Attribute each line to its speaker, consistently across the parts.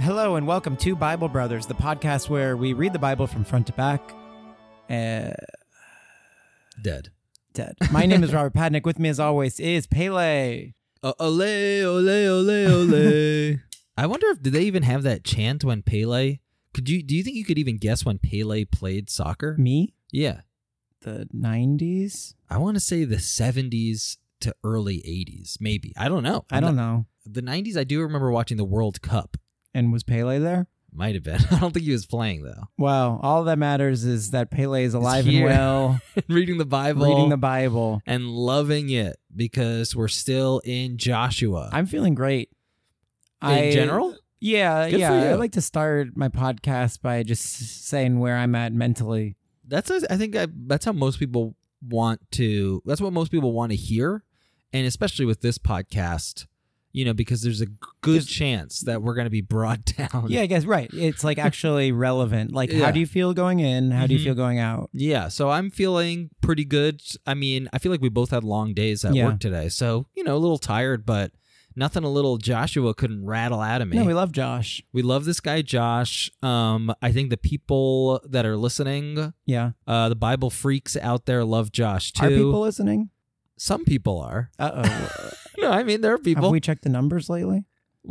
Speaker 1: Hello and welcome to Bible Brothers, the podcast where we read the Bible from front to back. Uh,
Speaker 2: Dead.
Speaker 1: dead. My name is Robert Padnick. With me, as always, is Pele.
Speaker 2: Uh, ole, ole, ole, ole. I wonder if did they even have that chant when Pele? Could you do you think you could even guess when Pele played soccer?
Speaker 1: Me,
Speaker 2: Yeah,
Speaker 1: the '90s.
Speaker 2: I want to say the seventies to early eighties, maybe. I don't know.
Speaker 1: I don't know.
Speaker 2: The nineties, I do remember watching the World Cup.
Speaker 1: And was Pele there?
Speaker 2: Might have been. I don't think he was playing though.
Speaker 1: Well, all that matters is that Pele is alive and
Speaker 2: here.
Speaker 1: well,
Speaker 2: Reading the Bible,
Speaker 1: reading the Bible.
Speaker 2: and loving it because we're still in Joshua.
Speaker 1: I'm feeling great.
Speaker 2: in general,
Speaker 1: Yeah,
Speaker 2: Good for
Speaker 1: yeah. I
Speaker 2: you.
Speaker 1: like to start my podcast by just saying where I'm at mentally.
Speaker 2: that's a, I think I, that's how most people want to that's what most people want to hear and especially with this podcast you know because there's a g- good
Speaker 1: There's-
Speaker 2: chance that we're going to be brought down
Speaker 1: Yeah, I guess right. It's like actually relevant. Like, how
Speaker 2: Yeah.
Speaker 1: do you feel going in? How do you
Speaker 2: Mhm.
Speaker 1: feel going out?
Speaker 2: yeah so i'm feeling pretty good i mean i feel like we both had long days at
Speaker 1: Yeah.
Speaker 2: work today so you know a little tired but nothing a little joshua couldn't rattle out of me
Speaker 1: No, we love Josh.
Speaker 2: we love this guy josh um i think the people that are listening
Speaker 1: Yeah,
Speaker 2: uh the bible freaks out there love josh too
Speaker 1: are people listening?
Speaker 2: some people are
Speaker 1: Uh oh.
Speaker 2: no i mean there are people
Speaker 1: Have we checked the numbers lately?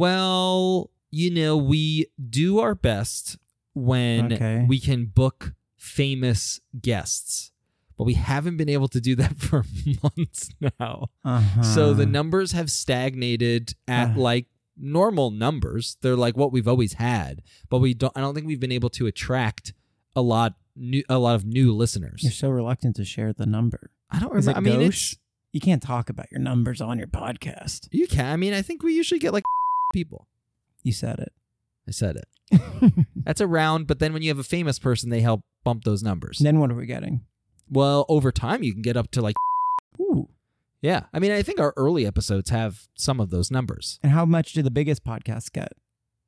Speaker 2: Well, you know, we do our best when
Speaker 1: Okay.
Speaker 2: we can book famous guests, but we haven't been able to do that for months now.
Speaker 1: Uh-huh.
Speaker 2: So the numbers have stagnated at
Speaker 1: Uh.
Speaker 2: like normal numbers. They're like what we've always had, but we don't. I don't think we've been able to attract a lot new a lot of new
Speaker 1: you're
Speaker 2: listeners.
Speaker 1: so reluctant to share the number.
Speaker 2: I don't
Speaker 1: Is
Speaker 2: remember.
Speaker 1: it
Speaker 2: I mean,
Speaker 1: gauche?
Speaker 2: it's,
Speaker 1: You can't talk about your numbers on your podcast.
Speaker 2: you can. I mean, I think we usually get like people.
Speaker 1: You said it.
Speaker 2: I said it. That's around, but then when you have a famous person, they help bump those numbers.
Speaker 1: then what are we getting?
Speaker 2: Well, over time, you can get up to like,
Speaker 1: Ooh.
Speaker 2: yeah. I mean, I think our early episodes have some of those numbers
Speaker 1: And how much do the biggest podcasts get?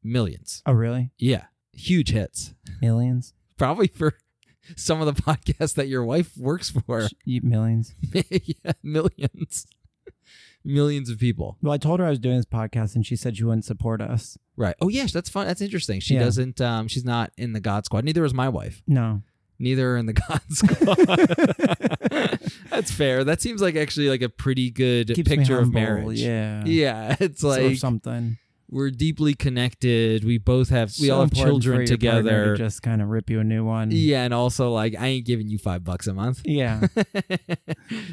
Speaker 2: millions.
Speaker 1: Oh, really?
Speaker 2: Yeah. Huge hits.
Speaker 1: Millions?
Speaker 2: Probably for some of the podcasts that your wife works for.
Speaker 1: Sh- ye- Millions.
Speaker 2: yeah, millions. millions of people.
Speaker 1: Well, I told her I was doing this podcast and she said she wouldn't support us.
Speaker 2: Right. Oh, yeah. That's fun. That's interesting. She
Speaker 1: Yeah.
Speaker 2: doesn't, um, she's not in the God Squad. Neither is my wife.
Speaker 1: No.
Speaker 2: Neither are in the God Squad. that's fair. That seems like actually like a pretty good
Speaker 1: Keeps me
Speaker 2: picture of
Speaker 1: humble,
Speaker 2: marriage.
Speaker 1: Yeah.
Speaker 2: Yeah, it's
Speaker 1: Or
Speaker 2: like
Speaker 1: something.
Speaker 2: we're deeply connected. We both have we
Speaker 1: So
Speaker 2: all have
Speaker 1: important for
Speaker 2: children
Speaker 1: your partner
Speaker 2: together.
Speaker 1: To just kind of rip you a new one.
Speaker 2: yeah, and also like I ain't giving you five bucks a month.
Speaker 1: Yeah.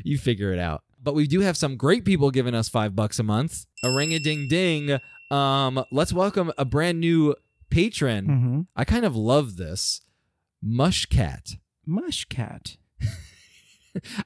Speaker 2: you figure it out. But we do have some great people giving us five bucks a month. A ring a ding ding. Um, let's welcome a brand new patron.
Speaker 1: mm-hmm.
Speaker 2: I kind of love this. Mushcat.
Speaker 1: Mushcat.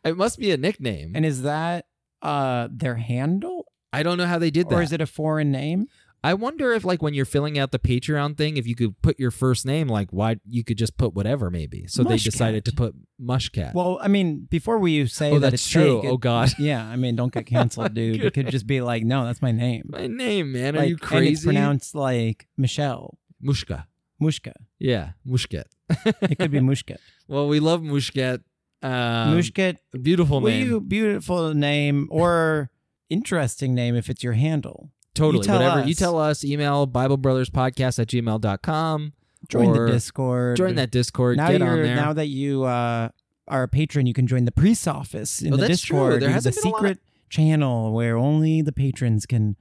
Speaker 2: It must be a nickname.
Speaker 1: And is that uh their handle?
Speaker 2: I don't know how they did that.
Speaker 1: Or is it a foreign name?
Speaker 2: I wonder if like when you're filling out the Patreon thing, if you could put your first name, like why you could just put whatever maybe. So they
Speaker 1: Mushcat.
Speaker 2: decided to put Mushcat.
Speaker 1: Well, I mean, before we say
Speaker 2: oh,
Speaker 1: that
Speaker 2: that's
Speaker 1: it's
Speaker 2: true.
Speaker 1: fake, it-
Speaker 2: oh God, Oh,
Speaker 1: yeah, I mean, don't get canceled, dude. It could just be like, no, that's my name.
Speaker 2: my name, man. Are
Speaker 1: Like,
Speaker 2: you
Speaker 1: And
Speaker 2: crazy?
Speaker 1: it's pronounced like Michelle
Speaker 2: Mushka.
Speaker 1: Mushka.
Speaker 2: Yeah, Mushket.
Speaker 1: It could be Mushket.
Speaker 2: well, we love Mushket. Um,
Speaker 1: Mushket.
Speaker 2: beautiful
Speaker 1: Will
Speaker 2: name.
Speaker 1: you beautiful name or interesting name if it's your handle?
Speaker 2: totally.
Speaker 1: you tell
Speaker 2: whatever
Speaker 1: us.
Speaker 2: you tell us, email BibleBrothersPodcast at gmail.com.
Speaker 1: Join
Speaker 2: Or-
Speaker 1: the Discord.
Speaker 2: Join that Discord.
Speaker 1: now
Speaker 2: get
Speaker 1: you're
Speaker 2: on there.
Speaker 1: now that you uh, are a patron, you can join the priest office in
Speaker 2: Oh,
Speaker 1: the
Speaker 2: that's true.
Speaker 1: Discord.
Speaker 2: There
Speaker 1: It's
Speaker 2: hasn't
Speaker 1: a
Speaker 2: been a lot-
Speaker 1: secret channel where only the patrons can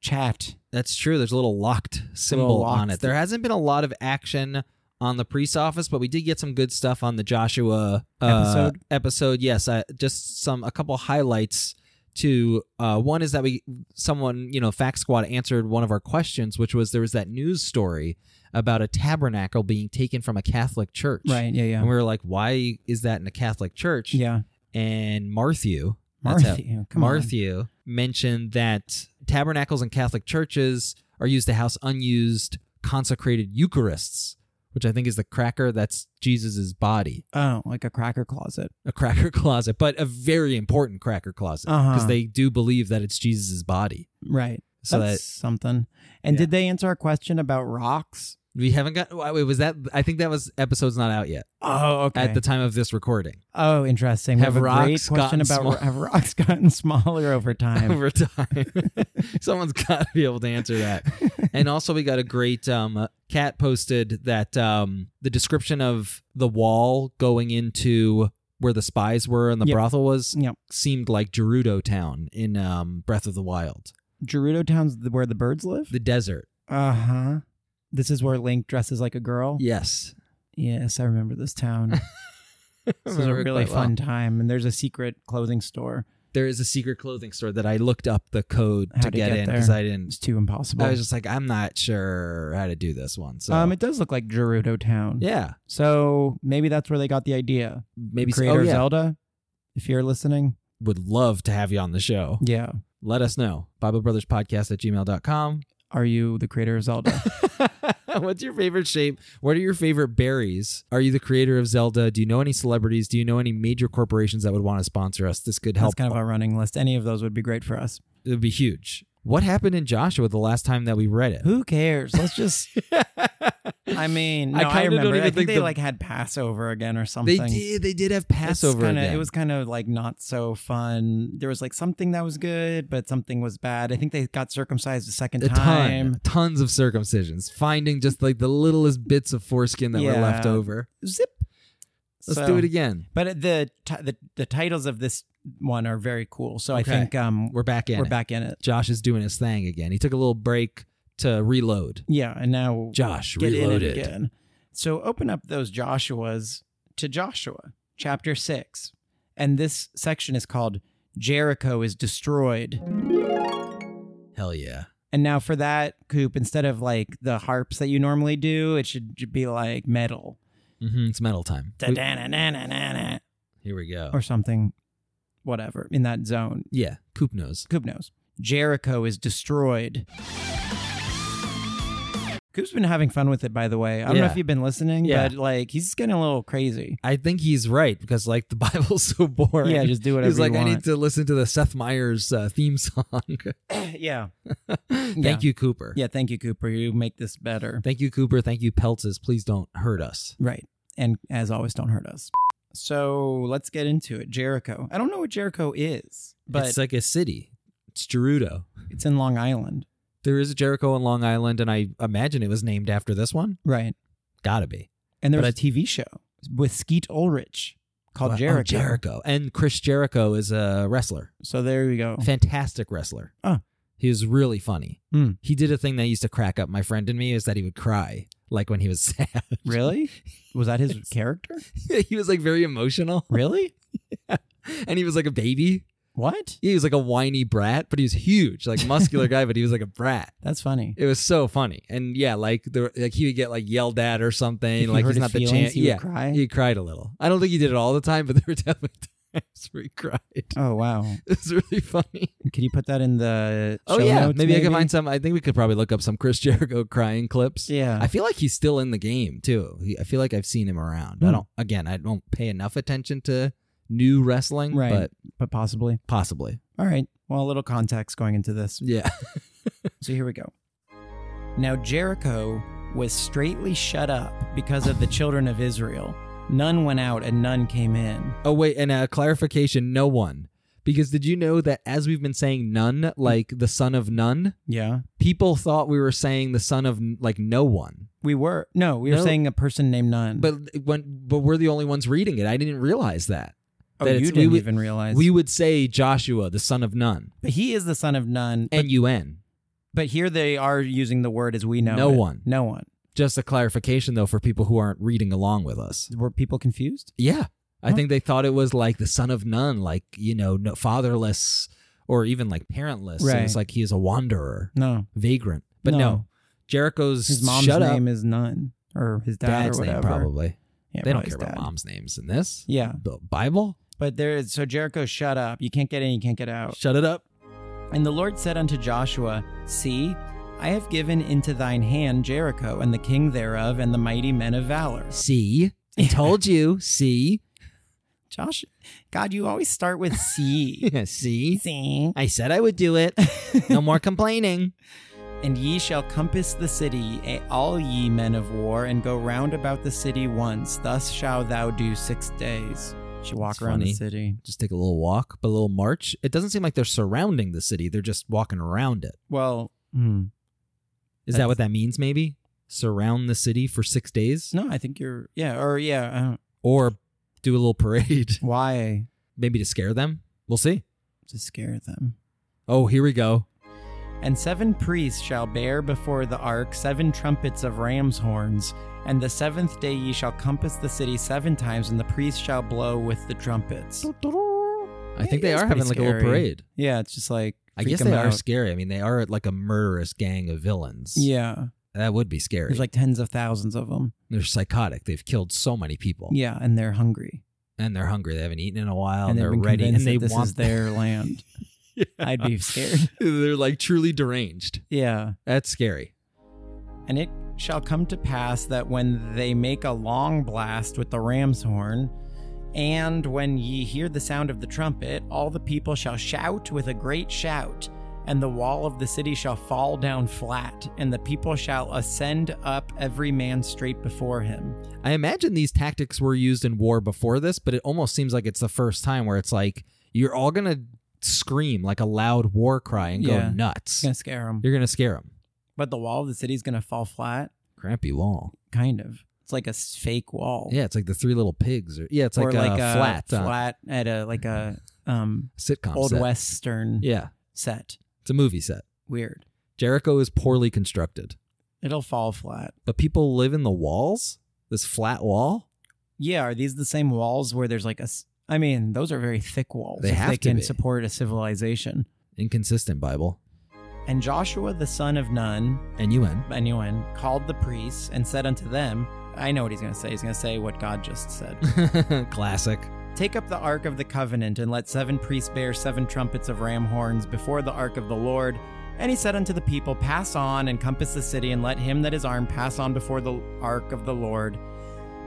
Speaker 1: chat.
Speaker 2: That's true. There's a little locked symbol on
Speaker 1: locked.
Speaker 2: it. There hasn't been a lot of action on the priest office, but we did get some good stuff on the Joshua uh,
Speaker 1: Episode?
Speaker 2: Episode, yes. Uh, just some a couple highlights. To uh, one is that we someone you know Fact Squad answered one of our questions, which was there was that news story about a tabernacle being taken from a Catholic church,
Speaker 1: Right? Yeah, yeah,
Speaker 2: And we were like, why is that in a Catholic church?
Speaker 1: yeah.
Speaker 2: And Marthew, that's how-
Speaker 1: Marthew, come on.
Speaker 2: Marthew mentioned that tabernacles in Catholic churches are used to house unused consecrated Eucharists, which I think is the cracker that's Jesus's body,
Speaker 1: Oh, like a cracker closet.
Speaker 2: a cracker closet, but a very important cracker closet because
Speaker 1: Uh-huh.
Speaker 2: they do believe that it's Jesus's body.
Speaker 1: Right.
Speaker 2: So
Speaker 1: That's
Speaker 2: that
Speaker 1: something. And
Speaker 2: Yeah.
Speaker 1: did they answer our question about rocks?
Speaker 2: We haven't got. Wait, was that? I think that was episode's not out yet
Speaker 1: Oh, okay.
Speaker 2: at the time of this recording.
Speaker 1: oh, interesting. We
Speaker 2: Have
Speaker 1: have a great
Speaker 2: rocks
Speaker 1: question
Speaker 2: gotten
Speaker 1: about
Speaker 2: small-
Speaker 1: have rocks gotten smaller over time?
Speaker 2: Over time, someone's got to be able to answer that. and also, we got a great um, cat posted that um, the description of the wall going into where the spies were and the
Speaker 1: Yep.
Speaker 2: brothel was
Speaker 1: Yep.
Speaker 2: seemed like Gerudo Town in um, Breath of the Wild,
Speaker 1: Gerudo Town's the, where the birds live.
Speaker 2: the desert.
Speaker 1: Uh huh. This is where Link dresses like a girl.
Speaker 2: Yes,
Speaker 1: Yes, I remember this town. this was a
Speaker 2: Remember it
Speaker 1: really
Speaker 2: quite well.
Speaker 1: fun time, and there's a secret clothing store.
Speaker 2: There is a secret clothing store that I looked up the code
Speaker 1: How
Speaker 2: to
Speaker 1: to
Speaker 2: get,
Speaker 1: get
Speaker 2: in
Speaker 1: there.
Speaker 2: because I didn't
Speaker 1: It's too impossible.
Speaker 2: I was just like, I'm not sure how to do this one. So
Speaker 1: Um, it does look like Gerudo Town.
Speaker 2: yeah,
Speaker 1: So maybe that's where they got the idea.
Speaker 2: maybe so-
Speaker 1: Creator
Speaker 2: oh, yeah.
Speaker 1: Zelda, if you're listening.
Speaker 2: would love to have you on the show.
Speaker 1: Yeah.
Speaker 2: Let us know. Bible Brothers Podcast at gmail.com.
Speaker 1: Are you the creator of Zelda?
Speaker 2: What's your favorite shape? What are your favorite berries? Are you the creator of Zelda? Do you know any celebrities? Do you know any major corporations that would want to sponsor us? This could
Speaker 1: that's
Speaker 2: help.
Speaker 1: kind of our running list. Any of those would be great for us.
Speaker 2: it would be huge. What happened in Joshua the last time that we read it?
Speaker 1: Who cares? Let's just. I mean, no,
Speaker 2: I
Speaker 1: I,
Speaker 2: kinda don't
Speaker 1: remember.
Speaker 2: even
Speaker 1: I think,
Speaker 2: think
Speaker 1: they
Speaker 2: the-
Speaker 1: like had Passover again or
Speaker 2: they
Speaker 1: something.
Speaker 2: did. They did have
Speaker 1: It's
Speaker 2: Passover.
Speaker 1: kinda-
Speaker 2: again.
Speaker 1: It was kind of like not so fun. There was like something that was good, but something was bad. I think they got circumcised a second
Speaker 2: a
Speaker 1: time.
Speaker 2: ton, tons of circumcisions, finding just like the littlest bits of foreskin that were
Speaker 1: Yeah.
Speaker 2: left over.
Speaker 1: Zip.
Speaker 2: Let's
Speaker 1: So-
Speaker 2: do it again.
Speaker 1: But the, ti- the the titles of this one are very cool. So
Speaker 2: Okay.
Speaker 1: I think um
Speaker 2: We're back in.
Speaker 1: we're
Speaker 2: it.
Speaker 1: back in it.
Speaker 2: Josh is doing his thing again. He took a little break to reload.
Speaker 1: Yeah, and now
Speaker 2: Josh
Speaker 1: get in it
Speaker 2: reloaded.
Speaker 1: again. So open up those Joshua's to Joshua chapter 6. And this section is called Jericho is destroyed.
Speaker 2: Hell yeah.
Speaker 1: And now for that coop instead of like the harps that you normally do, it should j- be like metal.
Speaker 2: hmm it's metal time. We-
Speaker 1: Da-da-na-na-na-na-na,
Speaker 2: here we go.
Speaker 1: Or something whatever in that zone.
Speaker 2: yeah, Coop knows.
Speaker 1: Coop knows. Jericho is destroyed. Coop's been having fun with it, by the way. I don't know
Speaker 2: Yeah.
Speaker 1: if you've been listening,
Speaker 2: Yeah.
Speaker 1: but like he's getting a little crazy.
Speaker 2: I think he's right because like the Bible's so boring.
Speaker 1: Yeah, just do whatever
Speaker 2: he's like,
Speaker 1: you
Speaker 2: I
Speaker 1: want.
Speaker 2: need to listen to the Seth Meyers uh, theme song.
Speaker 1: yeah,
Speaker 2: Thank
Speaker 1: Yeah.
Speaker 2: you, Cooper.
Speaker 1: yeah. Thank you, Cooper. You make this better.
Speaker 2: Thank you, Cooper. Thank you, Peltzes. Please don't hurt us.
Speaker 1: Right, and as always, don't hurt us. So let's get into it. Jericho. I don't know what Jericho is, but
Speaker 2: it's
Speaker 1: it's,
Speaker 2: like a city. It's Gerudo.
Speaker 1: in Long Island.
Speaker 2: There is a Jericho on Long Island, and I imagine it was named after this one.
Speaker 1: Right,
Speaker 2: Gotta be.
Speaker 1: and there
Speaker 2: But
Speaker 1: was a TV show with Skeet Ulrich called
Speaker 2: Wow. Oh,
Speaker 1: Jericho.
Speaker 2: Jericho. And Chris Jericho is a wrestler,
Speaker 1: So there you go.
Speaker 2: fantastic wrestler.
Speaker 1: Oh.
Speaker 2: He was really funny.
Speaker 1: Hmm.
Speaker 2: He did a thing that used to crack up my friend and me is that he would cry like when he was sad.
Speaker 1: Really? Was that his character?
Speaker 2: he was like very emotional
Speaker 1: Really?
Speaker 2: and he was like a baby.
Speaker 1: What?
Speaker 2: Yeah, he was like a whiny brat, but he was huge, like muscular guy, but he was like a brat.
Speaker 1: That's funny.
Speaker 2: It was so funny. And yeah, like the like he would get like yelled at or something.
Speaker 1: If you
Speaker 2: like
Speaker 1: hurt
Speaker 2: he's
Speaker 1: his
Speaker 2: not the
Speaker 1: feelings,
Speaker 2: champ.
Speaker 1: he would
Speaker 2: Yeah.
Speaker 1: cry?
Speaker 2: He cried a little. I don't think he did it all the time, but there were definitely times where he cried.
Speaker 1: Oh wow!
Speaker 2: It was really funny.
Speaker 1: Could you put that in the?
Speaker 2: Oh
Speaker 1: show
Speaker 2: yeah,
Speaker 1: notes,
Speaker 2: maybe, I can find some. I think we could probably look up some Chris Jericho crying clips.
Speaker 1: Yeah,
Speaker 2: I feel like he's still in the game too. He, I feel like I've seen him around. I
Speaker 1: Hmm.
Speaker 2: don't. Again, I don't pay enough attention to new wrestling,
Speaker 1: Right.
Speaker 2: but
Speaker 1: but possibly.
Speaker 2: possibly.
Speaker 1: All right. Well, a little context going into this.
Speaker 2: Yeah.
Speaker 1: So here we go. Now Jericho was straitly shut up because of the children of Israel. None went out and none came in.
Speaker 2: Oh wait, and a clarification: no one. Because did you know that as we've been saying none, like the son of none,
Speaker 1: Yeah,
Speaker 2: people thought we were saying the son of like no one,
Speaker 1: we were. No, we were
Speaker 2: No.
Speaker 1: saying a person named None.
Speaker 2: but when but we're the only ones reading it. I didn't realize that.
Speaker 1: oh,
Speaker 2: that
Speaker 1: you
Speaker 2: it's- we
Speaker 1: didn't
Speaker 2: would-
Speaker 1: even realize.
Speaker 2: We would say Joshua, the son of none,
Speaker 1: but he is the son of None.
Speaker 2: N U N.
Speaker 1: But here they are using the word as we know.
Speaker 2: No
Speaker 1: it.
Speaker 2: one.
Speaker 1: No one.
Speaker 2: Just a clarification though for people who aren't reading along with us.
Speaker 1: Were people confused?
Speaker 2: Yeah. I
Speaker 1: Huh.
Speaker 2: think they thought it was like the son of none, like, you know, no, fatherless or even like parentless. So
Speaker 1: Right.
Speaker 2: it's like he is a wanderer,
Speaker 1: No.
Speaker 2: vagrant. But no, Jericho's
Speaker 1: His mom's
Speaker 2: shut
Speaker 1: name
Speaker 2: up.
Speaker 1: is None, or his dad
Speaker 2: Dad's
Speaker 1: or
Speaker 2: name,
Speaker 1: whatever.
Speaker 2: probably.
Speaker 1: Yeah,
Speaker 2: They
Speaker 1: probably
Speaker 2: don't care
Speaker 1: his
Speaker 2: about
Speaker 1: dad.
Speaker 2: mom's names in this.
Speaker 1: Yeah,
Speaker 2: The Bible?
Speaker 1: but there is so Jericho, shut up! You can't get in, you can't get out.
Speaker 2: Shut it up.
Speaker 1: And the Lord said unto Joshua, See, I have given into thine hand Jericho and the king thereof and the mighty men of valor.
Speaker 2: See? I told you. See?
Speaker 1: Josh, God, you always start with see.
Speaker 2: See?
Speaker 1: see.
Speaker 2: I said I would do it. No more complaining.
Speaker 1: And ye shall compass the city, eh, all ye men of war, and go round about the city once. Thus shall thou do six days. She walk
Speaker 2: That's
Speaker 1: around
Speaker 2: funny.
Speaker 1: the city.
Speaker 2: Just take a little walk, but a little march. It doesn't seem like they're surrounding the city; they're just walking around it.
Speaker 1: Well, hmm.
Speaker 2: Is that
Speaker 1: That's-
Speaker 2: what that means? Maybe surround the city for six days,
Speaker 1: no, I think you're. Yeah, or yeah. I don't-
Speaker 2: or do a little parade,
Speaker 1: why
Speaker 2: maybe to scare them. We'll see.
Speaker 1: to scare them?
Speaker 2: Oh, here we go.
Speaker 1: And seven priests shall bear before the ark seven trumpets of ram's horns. And the seventh day ye shall compass the city seven times, and the priests shall blow with the trumpets.
Speaker 2: I think
Speaker 1: Yeah,
Speaker 2: they
Speaker 1: it's
Speaker 2: are having
Speaker 1: pretty
Speaker 2: like a little
Speaker 1: scary.
Speaker 2: parade.
Speaker 1: Yeah, it's just like
Speaker 2: I
Speaker 1: freak
Speaker 2: guess
Speaker 1: 'em
Speaker 2: they are
Speaker 1: out.
Speaker 2: scary. I mean, they are like a murderous gang of villains.
Speaker 1: Yeah,
Speaker 2: that would be scary.
Speaker 1: there's like tens of thousands of them.
Speaker 2: they're psychotic. They've killed so many people.
Speaker 1: Yeah, and they're hungry
Speaker 2: and they're hungry. They haven't eaten in a while, and
Speaker 1: they've
Speaker 2: Oh, they're
Speaker 1: been
Speaker 2: ready, and
Speaker 1: convinced
Speaker 2: they
Speaker 1: that this
Speaker 2: want
Speaker 1: is their land.
Speaker 2: Yeah.
Speaker 1: I'd be scared.
Speaker 2: they're like truly deranged.
Speaker 1: Yeah.
Speaker 2: That's scary.
Speaker 1: And it shall come to pass that when they make a long blast with the ram's horn, and when ye hear the sound of the trumpet, all the people shall shout with a great shout, and the wall of the city shall fall down flat, and the people shall ascend up every man straight before him.
Speaker 2: I imagine these tactics were used in war before this, but it almost seems like it's the first time where it's like you're all gonna scream like a loud war cry and
Speaker 1: Yeah.
Speaker 2: go nuts.
Speaker 1: It's gonna scare them.
Speaker 2: You're gonna scare them.
Speaker 1: But the wall of the city's gonna fall flat,
Speaker 2: Crampy wall.
Speaker 1: kind of. It's like a s- fake wall.
Speaker 2: Yeah, it's like the Three Little Pigs, or yeah, it's
Speaker 1: or
Speaker 2: like,
Speaker 1: like
Speaker 2: a,
Speaker 1: a
Speaker 2: flat, uh,
Speaker 1: flat at a like a um
Speaker 2: sitcom
Speaker 1: old
Speaker 2: set.
Speaker 1: western
Speaker 2: Yeah,
Speaker 1: set.
Speaker 2: it's a movie set.
Speaker 1: Weird.
Speaker 2: Jericho is poorly constructed,
Speaker 1: It'll fall flat.
Speaker 2: but people live in the walls. This flat wall.
Speaker 1: Yeah, are these the same walls where there's like a? s- I mean, those are very thick walls.
Speaker 2: They
Speaker 1: if
Speaker 2: have
Speaker 1: they
Speaker 2: to
Speaker 1: can
Speaker 2: be.
Speaker 1: support a civilization.
Speaker 2: Inconsistent Bible.
Speaker 1: And Joshua the son of Nun,
Speaker 2: And UN.
Speaker 1: anyone, called the priests and said unto them, I know what he's going to say. He's going to say what God just said.
Speaker 2: Classic.
Speaker 1: Take up the ark of the covenant and let seven priests bear seven trumpets of ram horns before the ark of the Lord. And he said unto the people, Pass on and compass the city, and let him that is armed pass on before the ark of the Lord.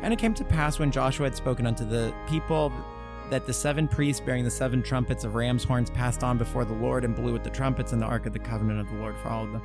Speaker 1: And it came to pass when Joshua had spoken unto the people that the seven priests bearing the seven trumpets of ram's horns passed on before the Lord and blew with the trumpets, and the ark of the covenant of the Lord followed them.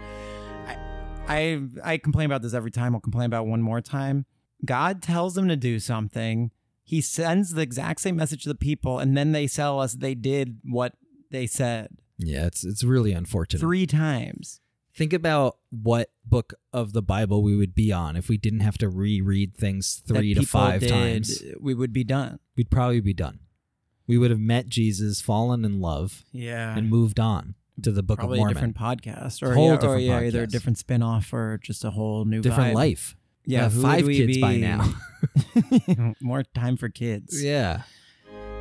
Speaker 1: I, I, I complain about this every time. I'll complain about it one more time. God tells them to do something. He sends the exact same message to the people, and then they tell us they did what they said
Speaker 2: Yeah, it's it's really unfortunate.
Speaker 1: three times.
Speaker 2: Think about what book of the Bible we would be on if we didn't have to reread things
Speaker 1: That
Speaker 2: three to
Speaker 1: people
Speaker 2: five
Speaker 1: did,
Speaker 2: times.
Speaker 1: we would be done.
Speaker 2: We'd probably be done. We would have met Jesus, fallen in love,
Speaker 1: Yeah,
Speaker 2: and moved on to the Book
Speaker 1: Ah. probably
Speaker 2: of
Speaker 1: a
Speaker 2: Mormon.
Speaker 1: different podcast, or,
Speaker 2: Whole
Speaker 1: yeah, or
Speaker 2: different
Speaker 1: yeah, either a
Speaker 2: podcast.
Speaker 1: different spin-off or just a whole new
Speaker 2: Different
Speaker 1: vibe.
Speaker 2: life. We
Speaker 1: Yeah,
Speaker 2: have
Speaker 1: who would
Speaker 2: five
Speaker 1: we
Speaker 2: kids by
Speaker 1: be?
Speaker 2: now.
Speaker 1: More time for kids.
Speaker 2: yeah.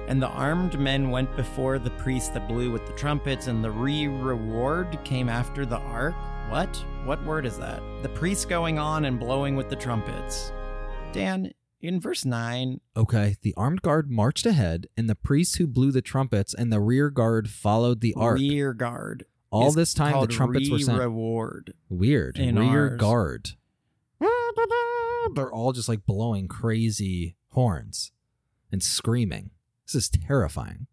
Speaker 1: And the armed men went before the priest that blew with the trumpets, and the re reward came after the ark. What? What word is that? The priest going on and blowing with the trumpets. Dan, in verse 9,
Speaker 2: Okay. The armed guard marched ahead, and the priests who blew the trumpets and the rear guard followed the ark.
Speaker 1: rear guard.
Speaker 2: All
Speaker 1: is
Speaker 2: this time, the
Speaker 1: called
Speaker 2: trumpets were sent.
Speaker 1: Reward.
Speaker 2: Weird.
Speaker 1: in
Speaker 2: Rear
Speaker 1: ours.
Speaker 2: guard. They're all just like blowing crazy horns and screaming. This is terrifying.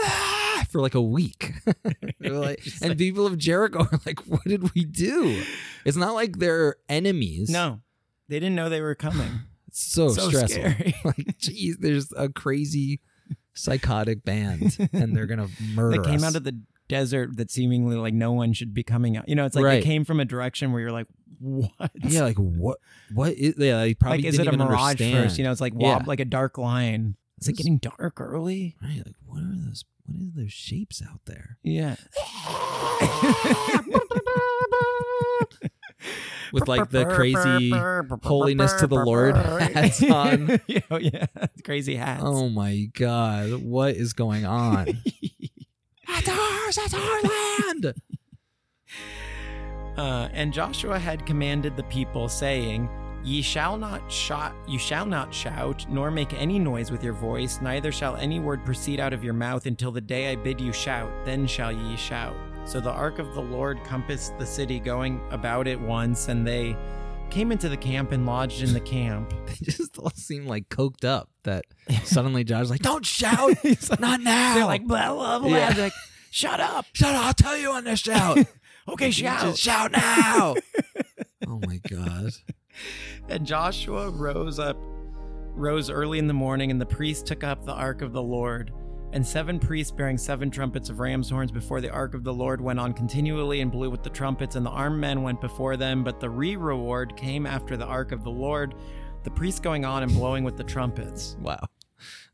Speaker 2: Ah, For like a week. They're like-
Speaker 1: Just
Speaker 2: and
Speaker 1: like-
Speaker 2: people of Jericho are like, what did we do? It's not like they're enemies.
Speaker 1: No, they didn't know they were coming.
Speaker 2: It's so,
Speaker 1: so
Speaker 2: Oh, stressful.
Speaker 1: scary.
Speaker 2: Like, geez, there's a crazy psychotic band and they're going to murder
Speaker 1: That came
Speaker 2: us.
Speaker 1: out of the desert that seemingly like no one should be coming out. You know, it's like
Speaker 2: Right.
Speaker 1: it came from a direction where you're like, what?
Speaker 2: yeah, like what? What is? Yeah, they probably
Speaker 1: like is it
Speaker 2: didn't
Speaker 1: a
Speaker 2: even
Speaker 1: mirage
Speaker 2: understand.
Speaker 1: first? You know, it's like
Speaker 2: Yeah.
Speaker 1: wob, like a dark line. Is it
Speaker 2: This-
Speaker 1: getting dark early?
Speaker 2: Right, like what are those? What are those shapes out there?
Speaker 1: Yeah.
Speaker 2: With like the crazy. holiness to the Lord hats on.
Speaker 1: yeah, oh, yeah, crazy hats.
Speaker 2: Oh my God! What is going on? That's ours. That's our land.
Speaker 1: Uh, and Joshua had commanded the people, saying, Ye shall not shot, you shall not shout, nor make any noise with your voice, neither shall any word proceed out of your mouth until the day I bid you shout, then shall ye shout. So the ark of the Lord compassed the city, going about it once, and they came into the camp and lodged in the camp.
Speaker 2: They just all seem like coked up. That suddenly Josh's like, "Don't shout! Not now!"
Speaker 1: They're like, blah, blah, blah.
Speaker 2: Yeah.
Speaker 1: They're like, shut up.
Speaker 2: "Shut up! I'll tell you when to shout."
Speaker 1: okay, shout.
Speaker 2: Shout now. oh my god.
Speaker 1: And Joshua rose up, rose early in the morning, and the priest took up the ark of the Lord. And seven priests bearing seven trumpets of ram's horns before the ark of the Lord went on continually and blew with the trumpets, and the armed men went before them. But the re reward came after the ark of the Lord, the priests going on and blowing with the trumpets.
Speaker 2: Wow.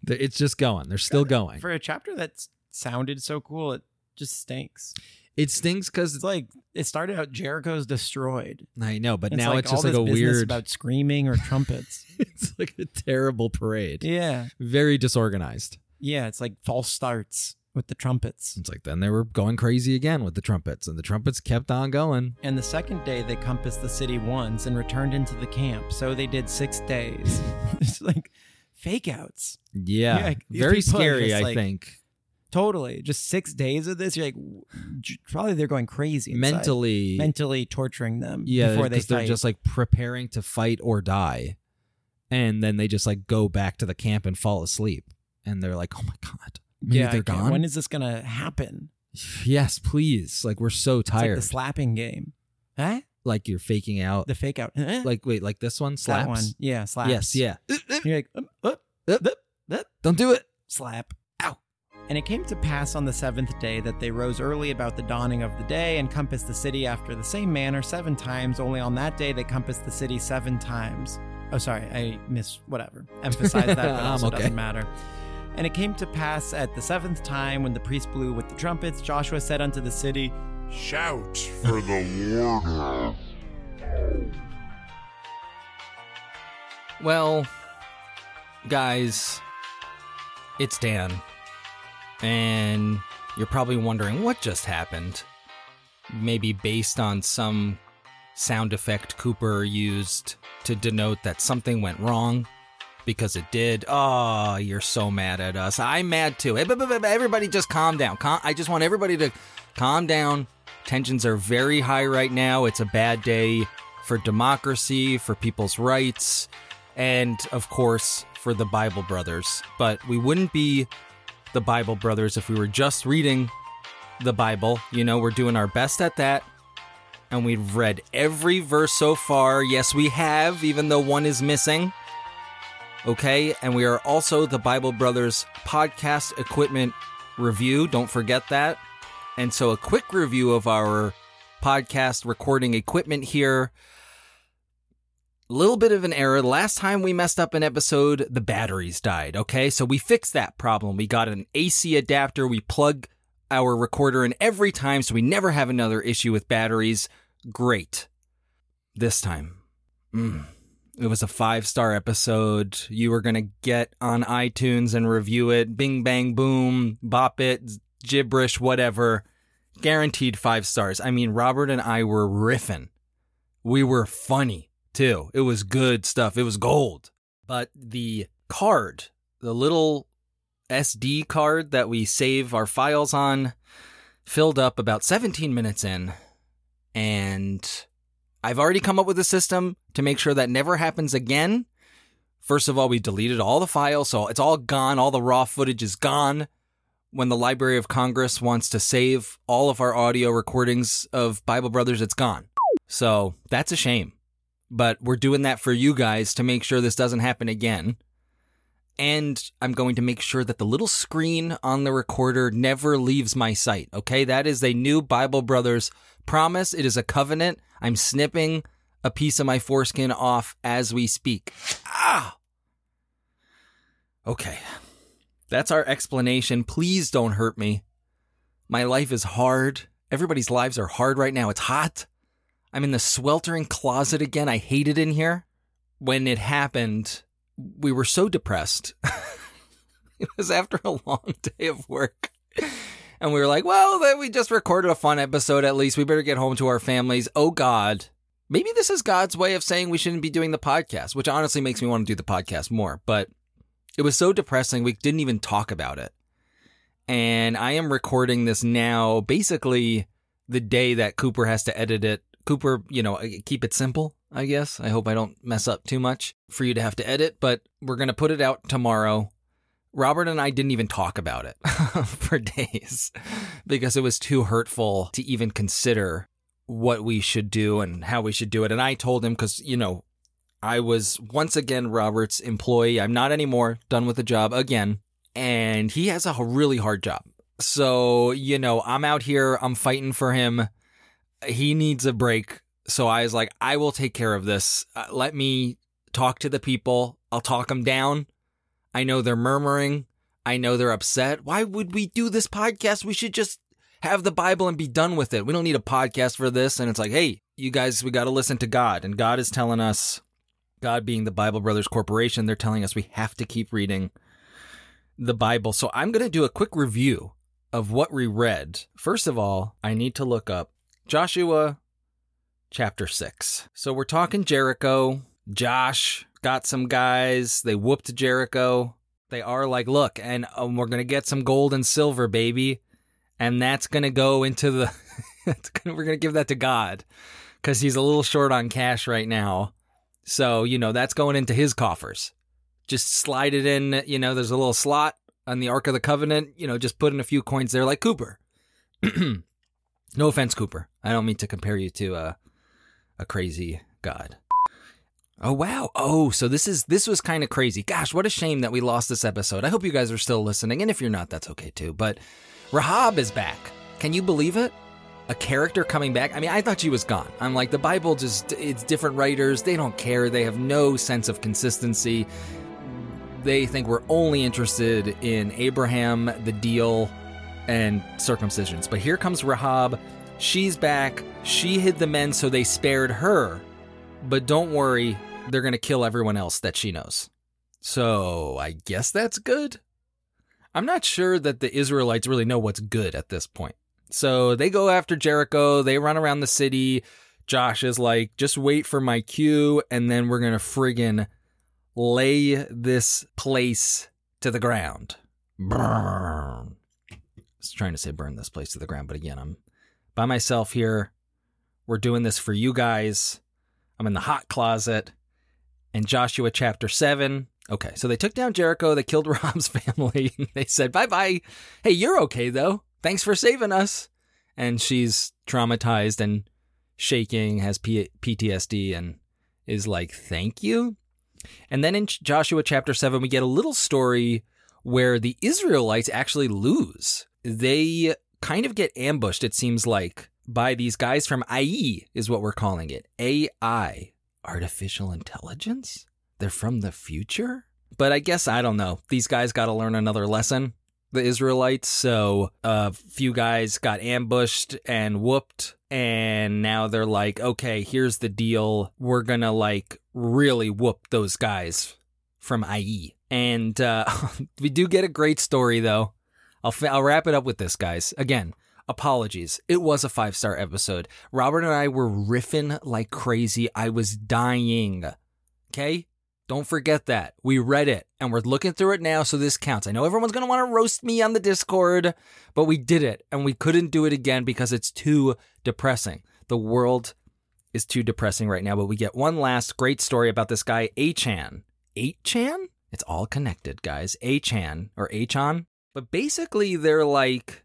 Speaker 2: Th- It's just going. They're still going.
Speaker 1: For a chapter that s- sounded so cool, it just stinks.
Speaker 2: It stings because
Speaker 1: It's like it started out Jericho's destroyed.
Speaker 2: I know, but
Speaker 1: It's
Speaker 2: now
Speaker 1: like
Speaker 2: it's
Speaker 1: all
Speaker 2: just like
Speaker 1: this
Speaker 2: a
Speaker 1: business
Speaker 2: weird.
Speaker 1: about screaming or trumpets.
Speaker 2: it's like a terrible parade.
Speaker 1: yeah,
Speaker 2: Very disorganized.
Speaker 1: yeah. It's like false starts with the trumpets.
Speaker 2: It's like then they were going crazy again with the trumpets, and the trumpets kept on going.
Speaker 1: And the second day they compassed the city once and returned into the camp. So they did six days. it's like fake outs.
Speaker 2: Yeah,
Speaker 1: Yeah, like, these
Speaker 2: very
Speaker 1: people are
Speaker 2: scary.
Speaker 1: just,
Speaker 2: I
Speaker 1: like,
Speaker 2: think
Speaker 1: Totally. Just six days of this. You're like, w- j- probably they're going crazy. inside.
Speaker 2: mentally.
Speaker 1: Mentally torturing them
Speaker 2: yeah,
Speaker 1: before they
Speaker 2: because they're
Speaker 1: fight.
Speaker 2: just like preparing to fight or die, and then they just like go back to the camp and fall asleep, and they're like, "Oh my god, maybe
Speaker 1: yeah, I
Speaker 2: they're
Speaker 1: can't-
Speaker 2: gone."
Speaker 1: When is this going to happen?
Speaker 2: yes, please. Like we're so
Speaker 1: It's like
Speaker 2: tired.
Speaker 1: the
Speaker 2: Like,
Speaker 1: slapping game. Huh?
Speaker 2: you're faking out.
Speaker 1: The fake out. Huh?
Speaker 2: like wait, like this one slaps.
Speaker 1: That one. Yeah, slaps.
Speaker 2: Yes, yeah.
Speaker 1: You're like, "Um, uh,
Speaker 2: Up, up, up. Don't do it.
Speaker 1: slap. Ow. And it came to pass on the seventh day that they rose early about the dawning of the day and compassed the city after the same manner seven times, only on that day they compassed the city seven times. Oh, sorry, I miss whatever. Emphasize that, but
Speaker 2: I'm
Speaker 1: also
Speaker 2: okay.
Speaker 1: doesn't matter. And it came to pass at the seventh time when the priest blew with the trumpets, Joshua said unto the city,
Speaker 3: Shout for the Lord.
Speaker 2: Well, guys, it's Dan. And you're probably wondering what just happened. Maybe based on some sound effect Cooper used to denote that something went wrong because it did. Oh, you're so mad at us. I'm mad too. Hey, but- but- but Everybody just calm down. Cal- I just want everybody to calm down. Tensions are very high right now. It's a bad day for democracy, for people's rights, and of course, for the Bible Brothers. But we wouldn't be the Bible Brothers if we were just reading the Bible. You know, we're doing our best at that. And we've read every verse so far. Yes, we have, even though one is missing. Okay, and we are also the Bible Brothers podcast equipment review. Don't forget that. And so, a quick review of our podcast recording equipment here. Little bit of an error. Last time we messed up an episode, the batteries died. Okay, so we fixed that problem. We got an AC adapter. We plug our recorder in every time, so we never have another issue with batteries. Great. This time, mm, it was a five star episode. You were going to get on iTunes and review it. Bing, bang, boom, bop it, z- gibberish, whatever. Guaranteed five stars. I mean, Robert and I were riffing. We were funny too. It was good stuff. It was gold. But the card, the little SD card that we save our files on, filled up about 17 minutes in. And I've already come up with a system to make sure that never happens again. First of all, we deleted all the files, so it's all gone. All the raw footage is gone. When the Library of Congress wants to save all of our audio recordings of Bible Brothers, it's gone. So that's a shame. But we're doing that for you guys to make sure this doesn't happen again. And I'm going to make sure that the little screen on the recorder never leaves my sight. Okay. That is a new Bible Brothers promise. It is a covenant. I'm snipping a piece of my foreskin off as we speak. Ah! Okay. That's our explanation. Please don't hurt me. My life is hard. Everybody's lives are hard right now. It's hot. I'm in the sweltering closet again. I hate it in here. When it happened, we were so depressed. it was after a long day of work. And we were like, well, then we just recorded a fun episode at least. We better get home to our families. Oh, God. Maybe this is God's way of saying we shouldn't be doing the podcast, which honestly makes me want to do the podcast more. But it was so depressing. We didn't even talk about it. And I am recording this now, basically the day that Cooper has to edit it. Cooper, you know, keep it simple, I guess. I hope I don't mess up too much for you to have to edit, but we're going to put it out tomorrow. Robert and I didn't even talk about it for days because it was too hurtful to even consider what we should do and how we should do it. And I told him because you know I was once again Robert's employee. I'm not anymore. Done with the job again, and he has a really hard job. So you know I'm out here. I'm fighting for him. He needs a break. So I was like, I will take care of this. Uh, let me talk to the people. I'll talk them down. I know they're murmuring. I know they're upset. Why would we do this podcast? We should just have the Bible and be done with it. We don't need a podcast for this. And it's like, hey, you guys, we got to listen to God. And God is telling us, God being the Bible Brothers Corporation, they're telling us we have to keep reading the Bible. So I'm going to do a quick review of what we read. First of all, I need to look up Joshua chapter 6. So we're talking Jericho. Josh got some guys. They whooped Jericho. They are like, look, and um, we're going to get some gold and silver, baby. And that's going to go into the. it's gonna, we're going to give that to God because he's a little short on cash right now. So, you know, that's going into his coffers. Just slide it in. You know, there's a little slot on the Ark of the Covenant. You know, just put in a few coins there, like Cooper. no offense, Cooper. I don't mean to compare you to uh, a crazy god. Oh wow. Oh, so this is this was kind of crazy. Gosh, what a shame that we lost this episode. I hope you guys are still listening and if you're not that's okay too. But Rahab is back. Can you believe it? A character coming back. I mean, I thought she was gone. I'm like the Bible just it's different writers. They don't care. They have no sense of consistency. They think we're only interested in Abraham, the deal, and circumcisions. But here comes Rahab. She's back. She hid the men so they spared her. But don't worry, they're going to kill everyone else that she knows. So I guess that's good. I'm not sure that the Israelites really know what's good at this point. So they go after Jericho, they run around the city. Josh is like, just wait for my cue, and then we're going to friggin' lay this place to the ground. Burn. I was trying to say burn this place to the ground, but again, I'm by myself here. We're doing this for you guys. I'm in the hot closet. And Joshua chapter 7. Okay, so they took down Jericho. They killed Rob's family. they said, bye bye. Hey, you're okay, though. Thanks for saving us. And she's traumatized and shaking, has P- PTSD, and is like, thank you. And then in Ch- Joshua chapter 7, we get a little story where the Israelites actually lose. They kind of get ambushed, it seems like, by these guys from IE, is what we're calling it. AI, artificial intelligence? They're from the future? But I guess, I don't know. These guys got to learn another lesson, the Israelites. So a few guys got ambushed and whooped. And now they're like, okay, here's the deal. We're going to like really whoop those guys from IE. And uh, we do get a great story, though. I'll, fi- I'll wrap it up with this, guys. Again, apologies. It was a five star episode. Robert and I were riffing like crazy. I was dying. Okay? Don't forget that. We read it and we're looking through it now, so this counts. I know everyone's going to want to roast me on the Discord, but we did it and we couldn't do it again because it's too depressing. The world is too depressing right now, but we get one last great story about this guy, Achan. Achan? It's all connected, guys. Achan or Achan. But basically, they're like,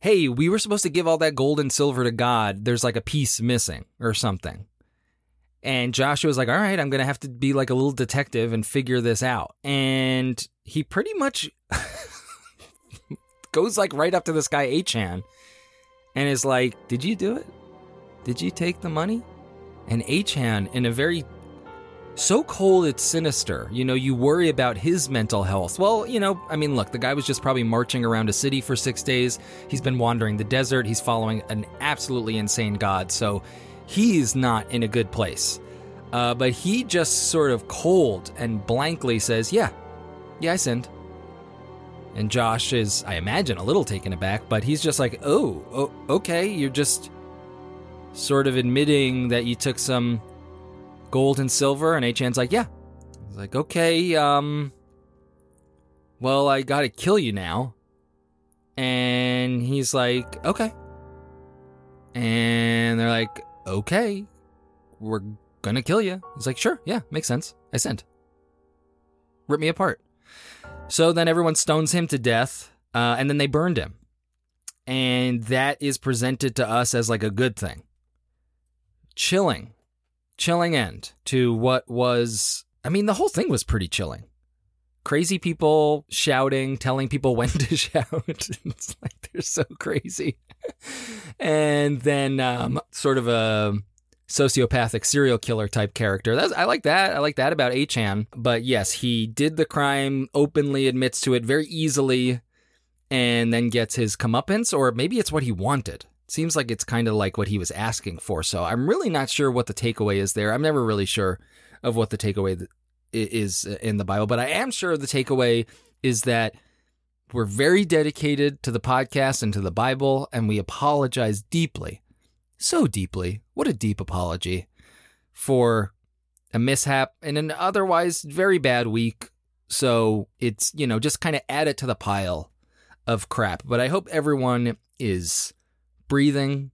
Speaker 2: hey, we were supposed to give all that gold and silver to God. There's like a piece missing or something. And Joshua's like, all right, I'm going to have to be like a little detective and figure this out. And he pretty much goes like right up to this guy, Achan, and is like, did you do it? Did you take the money? And Achan, in a very so cold it's sinister. You know, you worry about his mental health. Well, you know, I mean, look, the guy was just probably marching around a city for six days. He's been wandering the desert. He's following an absolutely insane god. So he's not in a good place. Uh, but he just sort of cold and blankly says, Yeah, yeah, I sinned. And Josh is, I imagine, a little taken aback, but he's just like, Oh, oh okay, you're just sort of admitting that you took some gold and silver? And Achan's like, yeah. He's like, okay, um, well, I gotta kill you now. And he's like, okay. And they're like, okay, we're gonna kill you. He's like, sure, yeah, makes sense. I sent. Rip me apart. So then everyone stones him to death, uh, and then they burned him. And that is presented to us as like a good thing chilling, chilling end to what was, I mean, the whole thing was pretty chilling. Crazy people shouting, telling people when to shout. it's like they're so crazy. and then um, sort of a sociopathic serial killer type character. That's, I like that. I like that about Achan. But yes, he did the crime, openly admits to it very easily, and then gets his comeuppance, or maybe it's what he wanted. Seems like it's kind of like what he was asking for. So I'm really not sure what the takeaway is there. I'm never really sure of what the takeaway th- i- is in the Bible, but I am sure the takeaway is that we're very dedicated to the podcast and to the Bible, and we apologize deeply so deeply. What a deep apology for a mishap in an otherwise very bad week. So it's, you know, just kind of add it to the pile of crap. But I hope everyone is breathing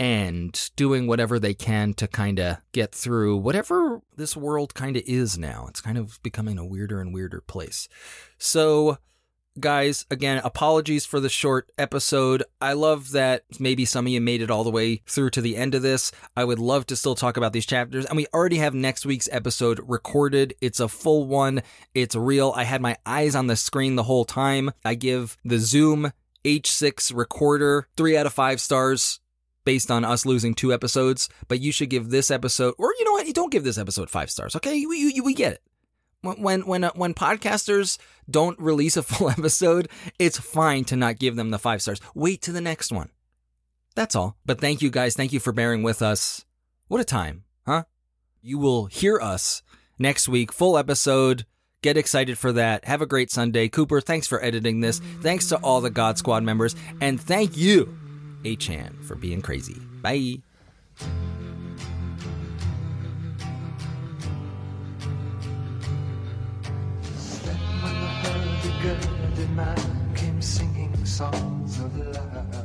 Speaker 2: and doing whatever they can to kind of get through whatever this world kind of is now. It's kind of becoming a weirder and weirder place. So guys, again, apologies for the short episode. I love that maybe some of you made it all the way through to the end of this. I would love to still talk about these chapters, and we already have next week's episode recorded. It's a full one, it's real. I had my eyes on the screen the whole time. I give the Zoom H6 recorder three out of five stars. Based on us losing two episodes, but you should give this episode, or you know what, you don't give this episode five stars, okay? You, you, you, we get it. When when when, uh, when podcasters don't release a full episode, it's fine to not give them the five stars. Wait to the next one. That's all. But thank you guys. Thank you for bearing with us. What a time, huh? You will hear us next week, full episode. Get excited for that. Have a great Sunday. Cooper, thanks for editing this. Thanks to all the God Squad members. And thank you, Achan, for being crazy. Bye.
Speaker 4: Then when the hurdy-gurdy man came singing songs of love.